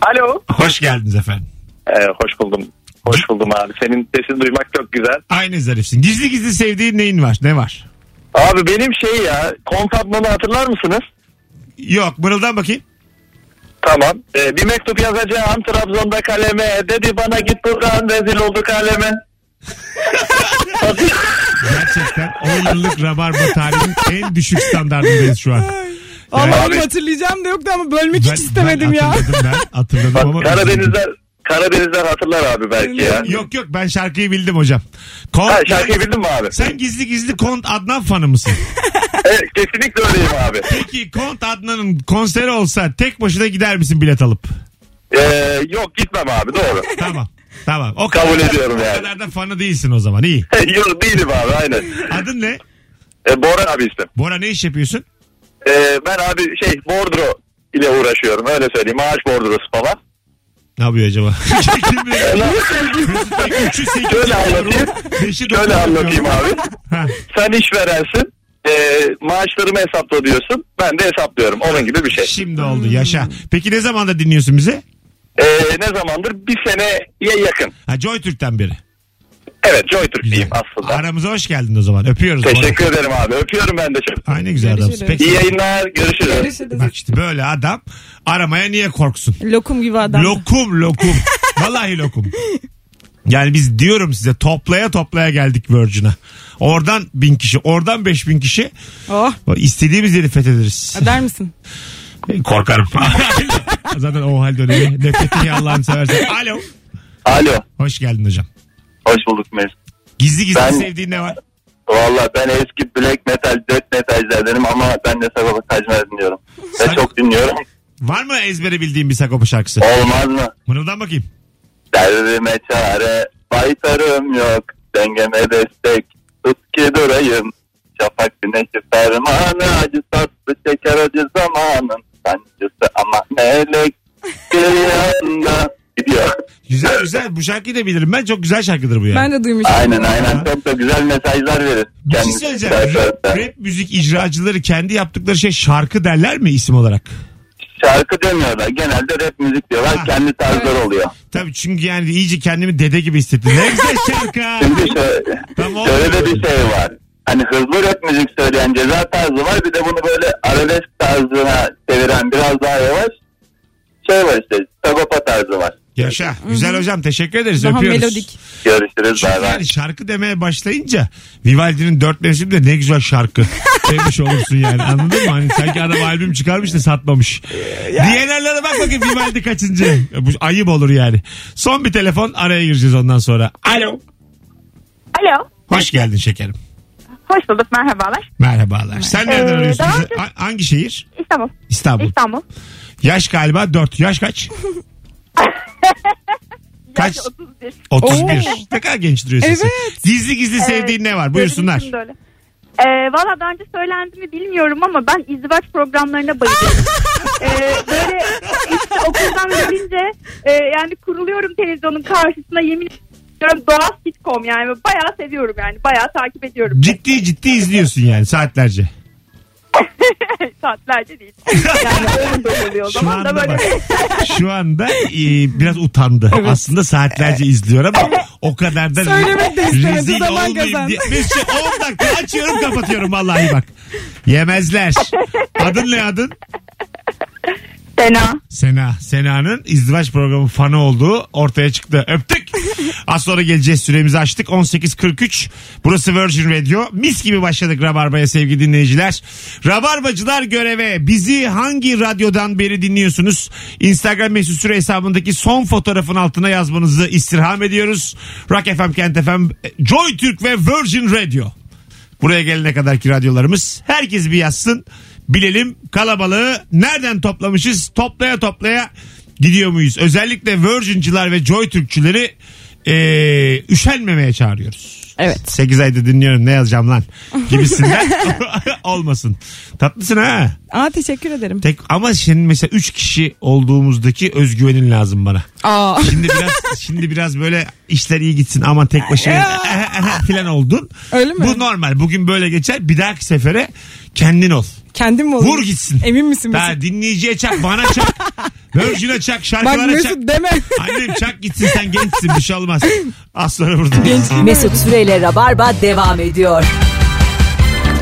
Alo.
Hoş geldiniz efendim.
Ee, hoş buldum. Hoş buldum abi. Senin sesini duymak çok güzel.
Aynı zarifsin. Gizli gizli sevdiğin neyin var? Ne var?
Abi benim şey ya kontatmanı hatırlar mısınız?
Yok mırıldan bakayım.
Tamam. Ee, bir mektup yazacağım Trabzon'da kaleme. Dedi bana git buradan rezil oldu kaleme.
Gerçekten 10 yıllık rabarba tarihinin en düşük standartındayız şu an.
Allah'ım hatırlayacağım da yoktu ama bölmek
Ben-
hiç istemedim
ben
ya.
Hatırladım ben. Hatırladım ama.
Bak Karadenizler Karadenizler hatırlar abi belki ya.
Yok yok ben şarkıyı bildim hocam. Kont,
Ha, şarkıyı bildin mi abi?
Sen gizli gizli Kont Adnan fanı mısın?
Evet, kesinlikle öyleyim abi.
Peki Kont Adnan'ın konseri olsa tek başına gider misin bilet alıp?
Ee, yok gitmem abi doğru.
Tamam. Tamam. O
Kabul ediyorum
o
yani.
kadar da fanı değilsin o zaman. İyi.
yok değilim abi aynen.
Adın ne?
Ee, Bora abi işte.
Bora ne iş yapıyorsun?
Ee, ben abi şey bordro ile uğraşıyorum öyle söyleyeyim. Ağaç bordrosu falan. E,
Ne yapıyor acaba? Kim bilir?
Lan,
Üçü sekiz
Şöyle
yapıyor.
anlatayım.
Beşi dokuz
Şöyle anlatayım
yapıyor.
abi.
Ha,
Sen işverensin. Ee, maaşlarımı hesapla diyorsun. Ben de hesaplıyorum. Onun gibi bir şey.
şimdi oldu yaşa. Peki ne zamanda dinliyorsun bizi?
Ee, ne zamandır? Bir seneye yakın.
Ha Joy Türk'ten beri.
Evet Joy Türk'liyim
Güzel.
aslında.
Aramıza hoş geldin o zaman. Öpüyoruz.
Teşekkür ederim abi. Öpüyorum ben de çok.
Bora. Ay ne güzel adamsın.
Görüşürüz.
Peki.
İyi yayınlar. Görüşürüz.
Görüşürüz.
Bak işte böyle adam aramaya niye korksun?
Lokum gibi adam.
Lokum lokum. Vallahi lokum. Yani biz diyorum size toplaya toplaya geldik Virgin'a. Oradan bin kişi, oradan beş bin kişi.
Oh.
İstediğimiz yeri fethederiz.
Der misin?
Korkarım. Zaten o hal dönemi. Nefretin ya Allah'ını seversen. Alo.
Alo.
Hoş geldin hocam.
Hoş bulduk Mesut.
Gizli gizli
Ben-
sevdiğin ne var?
Valla ben eski black metal, death metalcilerdenim ama ben de Sagopa Kajmer dinliyorum.
Sen-
Ve çok dinliyorum.
Var mı ezbere bildiğin bir Sagopa şarkısı?
Olmaz mı?
Mırıldan bakayım.
Derdime çare, baytarım yok. Dengeme destek, tut ki durayım. Şafak güneşi fermanı, acı tatlı şeker acı zamanın. Sancısı ama melek bir yanda gidiyor.
Güzel güzel. Bu şarkıyı da bilirim. Ben çok güzel şarkıdır bu yani.
Ben de duymuştum.
Aynen aynen çok da güzel mesajlar verir.
Bir şey
Kendisi
söyleyeceğim. Rap,
şarkılarda.
rap müzik icracıları kendi yaptıkları şey şarkı derler mi isim olarak?
Şarkı demiyorlar. Genelde rap müzik diyorlar.
Ha.
Kendi tarzları oluyor.
Tabii çünkü yani iyice kendimi dede gibi hissettim. Ne güzel şarkı.
Şimdi şöyle,
Tamam.
şöyle de bir şey var. Hani hızlı rap müzik söyleyen ceza tarzı var. Bir de bunu böyle arabesk tarzına çeviren biraz daha yavaş şey var işte. Sagopa tarzı var.
Yaşa. Güzel hocam teşekkür ederiz.
Daha
Öpüyoruz.
melodik.
Görüşürüz.
Çünkü
Bay bay.
yani şarkı demeye başlayınca Vivaldi'nin dört mevsimi de ne güzel şarkı demiş olursun yani anladın mı? Hani sanki adam albüm çıkarmış da satmamış. Diğerlerine bak bakayım Vivaldi kaçıncı. Bu ayıp olur yani. Son bir telefon araya gireceğiz ondan sonra. Alo.
Alo.
Hoş geldin şekerim.
Hoş bulduk merhabalar.
Merhabalar. Sen nereden
Ee,
arıyorsun?
daha
bizi?
önce-
Ha- Hangi şehir?
İstanbul.
İstanbul.
İstanbul.
Yaş galiba 4. Yaş kaç? Kaç?
Yaş 31.
31.
Oo.
Ne kadar genç duruyorsun sen.
Evet.
Gizli gizli sevdiğin
Ee,
ne var? Buyursunlar.
Görünüşüm de öyle. Ee, Valla daha önce söylendi mi bilmiyorum ama ben izdivaç programlarına bayılıyorum. ee, böyle işte okuldan gelince e, yani kuruluyorum televizyonun karşısına yemin ediyorum doğal sitcom yani bayağı seviyorum yani bayağı takip ediyorum.
Ciddi ciddi izliyorsun yani saatlerce.
Saatlerce değil. Yani öyle de oluyor o
Şu
zaman
anda
da böyle.
bak. Şu anda e, biraz utandı. Aslında saatlerce izliyor ama o kadar da
Söylemek de istemedi,
rezil
zaman
olmayayım
kazandı.
diye. Mesut 10 dakika açıyorum kapatıyorum vallahi bak. Yemezler. Adın ne adın?
Sena.
Sena. Sena'nın izdivaç programı fanı olduğu ortaya çıktı. Öptük. Az sonra geleceğiz. Süremizi açtık. 18.43. Burası Virgin Radio. Mis gibi başladık Rabarba'ya sevgili dinleyiciler. Rabarbacılar göreve. Bizi hangi radyodan beri dinliyorsunuz? Instagram mesut süre hesabındaki son fotoğrafın altına yazmanızı istirham ediyoruz. Rock FM, Kent FM, Joy Türk ve Virgin Radio. Buraya gelene kadarki radyolarımız. Herkes bir yazsın. Bilelim kalabalığı nereden toplamışız? Toplaya toplaya gidiyor muyuz? Özellikle Virgin'cılar ve Joy Türkçüleri eee, üşenmemeye çağırıyoruz.
Evet.
8 ayda dinliyorum ne yazacağım lan gibisinden olmasın. Tatlısın ha.
Aa teşekkür ederim.
Tek, ama şimdi mesela 3 kişi olduğumuzdaki özgüvenin lazım bana.
Aa.
Şimdi biraz şimdi biraz böyle işler iyi gitsin ama tek başına filan oldun.
Öyle mi?
Bu normal. Bugün böyle geçer. Bir dahaki sefere kendin ol.
Kendim mi olayım?
Vur gitsin.
Emin misin?
Daha
Mesut?
dinleyiciye çak, bana çak. Virgin açak
Bak
şarkılara çak.
Mesut deme.
Annem çak gitsin sen gençsin bir şey olmaz. Az sonra burada.
Mesut Süreyle Rabarba devam ediyor.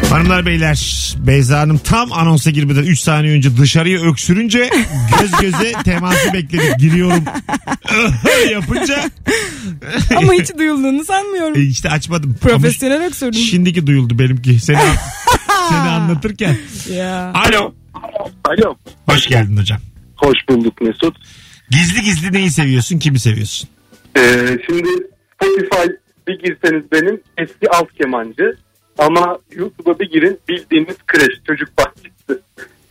Hanımlar beyler Beyza Hanım tam anonsa girmeden 3 saniye önce dışarıyı öksürünce göz göze teması bekledik. Giriyorum Öh, yapınca
Ama hiç duyulduğunu sanmıyorum.
e, işte açmadım.
Profesyonel
Ama
öksürdüm.
ş- Şimdiki duyuldu benimki. Seni, seni anlatırken.
ya.
Alo.
Alo.
Hoş geldin hocam.
Hoş bulduk Mesut.
Gizli gizli neyi seviyorsun? Kimi seviyorsun?
Ee, şimdi Spotify bir girseniz benim eski alt kemancı ama YouTube'a bir girin bildiğiniz kreş çocuk bahçesi.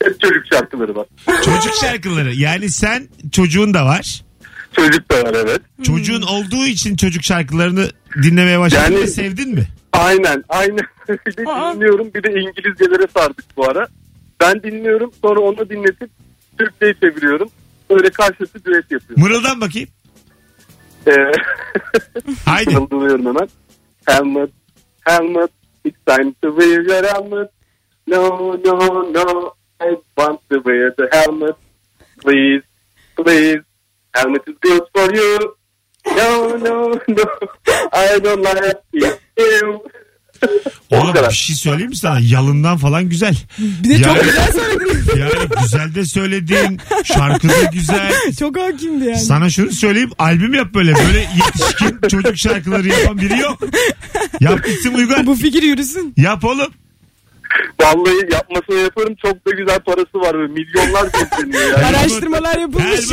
Hep çocuk şarkıları var.
Çocuk şarkıları. Yani sen çocuğun da var.
Çocuk da var evet.
Hmm.
Çocuğun olduğu için çocuk şarkılarını dinlemeye başladın
Yani-
ve sevdin mi?
Aynen aynen. bir de
Aa.
dinliyorum bir de İngilizcelere sardık bu ara. Ben dinliyorum sonra onu da dinletip Türkçe'ye çeviriyorum. Böyle karşılıklı düet yapıyorum.
Mırıldan bakayım.
Ee,
Haydi.
Kırıldım hemen. Helmet, helmet, it's time to wear your helmet. No, no, no, I want to wear the helmet. Please, please, helmet is good for you. No, no, no, I don't like it. Ew.
Oğlum
O kadar.
bir şey söyleyeyim mi sana? Yalından falan güzel.
Bir de çok
Yani-
güzel söyledin.
Yani güzel de söyledin. Şarkı da güzel.
çok hakimdi yani.
Sana şunu söyleyeyim. Albüm yap böyle. Böyle yetişkin çocuk şarkıları yapan biri yok. Yap gitsin Uygar.
Bu fikir yürüsün.
Yap oğlum.
Vallahi yapmasını yaparım çok da güzel parası var ve milyonlar kazanıyor. Yani.
Araştırmalar yapılmış.
Helmut.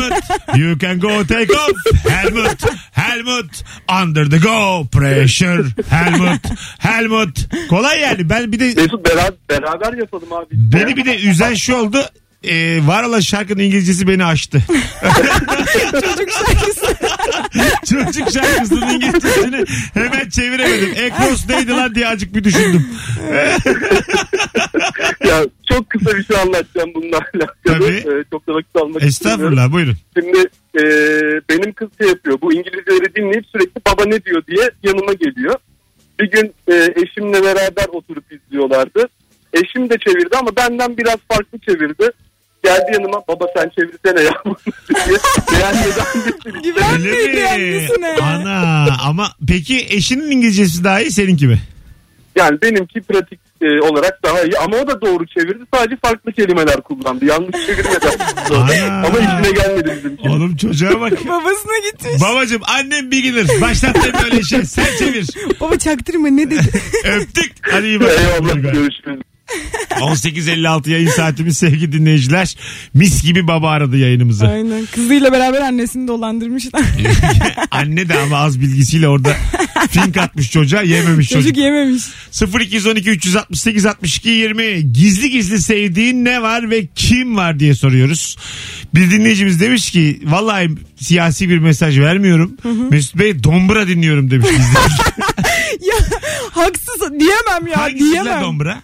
You can go take off. Helmut. Helmut. Under the go. Pressure. Helmut. Helmut. Kolay yani. Ben bir de
Mesut beraber, beraber yapalım abi.
beni bir de üzen şu oldu. Ee, var olan şarkının İngilizcesi beni aştı.
Çocuk şarkısı.
Çocuk şarkısının İngilizcesini hemen çeviremedim. Ekros neydi lan diye azıcık bir düşündüm.
Ya çok kısa bir şey anlatacağım bununla alakalı.
Tabii.
Ee, çok da vakit almak istemiyorum.
Estağfurullah buyurun.
Şimdi e, benim kız şey yapıyor. Bu İngilizceleri dinleyip sürekli baba ne diyor diye yanıma geliyor. Bir gün e, eşimle beraber oturup izliyorlardı. Eşim de çevirdi ama benden biraz farklı çevirdi. Geldi yanıma baba sen çevirsene ya bunu diye. Yani neden gittin?
Güvenmeydi kendisine.
Ana ama peki eşinin İngilizcesi daha iyi seninki mi?
Yani benimki pratik e, olarak daha iyi ama o da doğru çevirdi. Sadece farklı kelimeler kullandı. Yanlış çevirmedi.
Ana.
ama işine gelmedi bizimki.
Oğlum çocuğa bak.
Babasına gitmiş.
Babacım annem beginner. Başlattı böyle şey. Sen çevir.
Baba çaktırma ne dedi?
Öptük. Hadi iyi bak.
Eyvallah görüşürüz.
18.56 yayın saatimiz sevgili dinleyiciler. Mis gibi baba aradı yayınımızı.
Aynen. Kızıyla beraber annesini dolandırmışlar.
Anne de ama az bilgisiyle orada fink atmış çocuğa yememiş çocuk.
Çocuk yememiş.
0212 368 62 20 gizli gizli sevdiğin ne var ve kim var diye soruyoruz. Bir dinleyicimiz demiş ki vallahi siyasi bir mesaj vermiyorum. Mesut Bey dombra dinliyorum demiş gizli.
Ya haksız diyemem ya
Hangisi
diyemem.
lan dombra?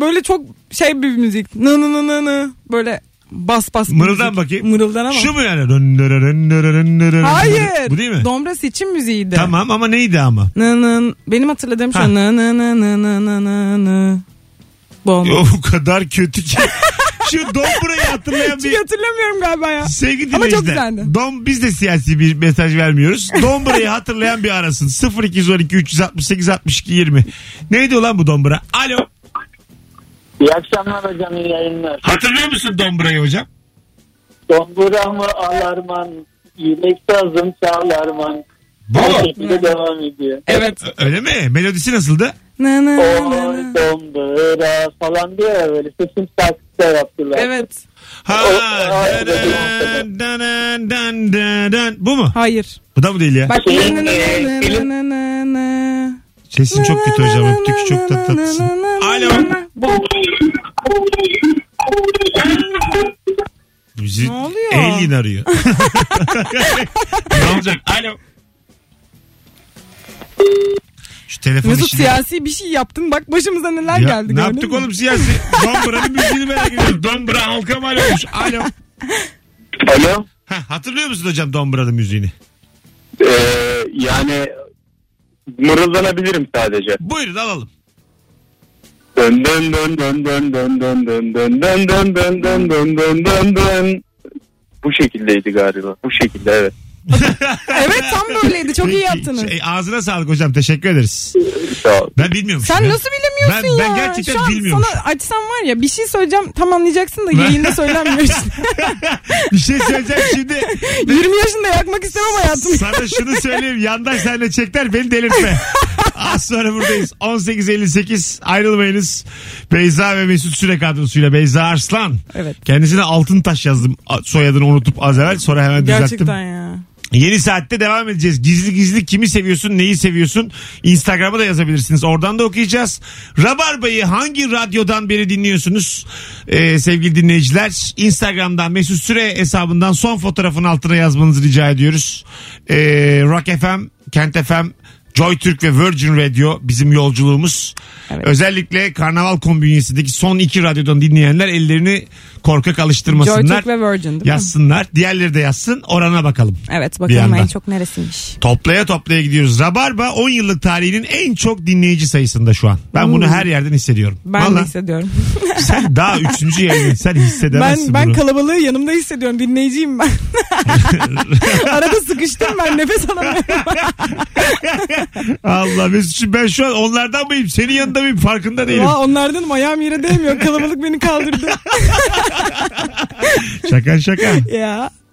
Böyle çok şey bir müzik. Nı nı nı nı nı. Böyle bas bas. bir
Mırıldan
müzik.
bakayım.
Mırıldan ama.
Şu mu yani? Dön, dön, dön, dön, dön, dön, dön.
Hayır.
Bu değil mi?
Dombra seçim müziğiydi.
Tamam ama neydi ama?
Nı nı. Benim hatırladığım
Ha.
şu nı nı nı nı nı nı nı nı. Bu olmaz.
O kadar kötü ki. Şu dombrayı hatırlayan bir
Çünkü hatırlamıyorum galiba ya.
Sevgili
Ama çok
dinleyiciler.
güzeldi.
Dom, biz de siyasi bir mesaj vermiyoruz. Dombra'yı hatırlayan bir arasın. 0212 368 62 20. Neydi ulan bu Dombra? Alo.
İyi akşamlar hocam iyi yayınlar.
Hatırlıyor musun Dombra'yı hocam?
Donduramı alarman, yürek sazım sağlarman.
Bu mu?
şekilde devam ediyor.
Evet.
Ö- Öyle mi? Melodisi nasıldı?
Nı nı nı nı
Oy
nı.
dondura falan diyor ya böyle sesim saksıda yaptılar.
Evet.
Ha,
O-
dın, dın, dın, dın, dın, dın. Bu mu?
Hayır.
Bu da mı değil ya?
Bak.
Şey,
nı nı nı
e,
nı
film-
nı nı nı.
Sesin çok kötü hocam. Öptük çok da tatlısın. Alo.
Bu-
Bizi
Ne oluyor?
Alien arıyor. ne olacak? Alo. Şu telefon
Mesut
işini-
siyasi bir şey yaptın. Bak başımıza neler
Ya,
geldi.
Ne
gördün
yaptık
mü?
oğlum siyasi? Dombra'nın müziğini merak ediyorum. Dombra halka mal olmuş. Alo.
Alo.
Heh, hatırlıyor musun hocam Dombra'nın müziğini?
Ee, yani mırıldanabilirim sadece.
Buyurun alalım.
Dön dön dön dön dön dön dön dön dön dön dön dön dön dön dön dön dön
Bu şekildeydi galiba. Bu şekilde evet.
Evet tam böyleydi. Çok iyi
Peki,
yaptınız.
şey, ağzına sağlık hocam teşekkür ederiz.
Sağ ol.
Ben bilmiyorum.
Sen nasıl bilemiyorsun
Ben-
ya?
ben gerçekten
Şu an
bilmiyorum.
sana açsam var ya bir şey söyleyeceğim tam anlayacaksın da yayında söylemiyor işte.
Bir şey söyleyeceğim şimdi.
20 yaşında yakmak istemem hayatım.
Sana şunu söyleyeyim. Yandaş seninle çekler beni delirtme. Az sonra buradayız. 18.58 ayrılmayınız. Beyza ve Mesut Süre kadrosuyla Beyza Arslan.
Evet.
Kendisine altın taş yazdım. A- Soyadını unutup az evvel sonra hemen düzelttim.
Gerçekten ya.
Yeni saatte devam edeceğiz. Gizli gizli kimi seviyorsun, neyi seviyorsun? Instagram'a da yazabilirsiniz. Oradan da okuyacağız. Rabarba'yı hangi radyodan beri dinliyorsunuz? Ee, sevgili dinleyiciler, Instagram'dan Mesut Süre hesabından son fotoğrafın altına yazmanızı rica ediyoruz. Ee, Rock FM, Kent FM, Joy Türk ve Virgin Radio bizim yolculuğumuz.
Evet.
Özellikle Karnaval Kombünyesi'ndeki son iki radyodan dinleyenler ellerini korkak alıştırmasınlar.
Joytürk ve Virgin değil mi?
Yazsınlar. Diğerleri de yazsın. Orana bakalım.
Evet
Bir
bakalım
yandan.
en çok neresiymiş.
Toplaya toplaya gidiyoruz. Rabarba 10 yıllık tarihinin en çok dinleyici sayısında şu an. Ben bunu her yerden hissediyorum.
Hmm. Ben
Vallahi
de hissediyorum.
sen daha 3. yayın sen hissedemezsin
Ben ben
bunu.
kalabalığı yanımda hissediyorum. Dinleyiciyim ben. Arada sıkıştım ben nefes alamıyorum.
Allah Mesut'cum ben şu an onlardan mıyım? Senin yanında mıyım? Farkında değilim.
Valla onlardan ayağım yere değmiyor. Kalabalık beni kaldırdı.
Şaka şaka.
ya.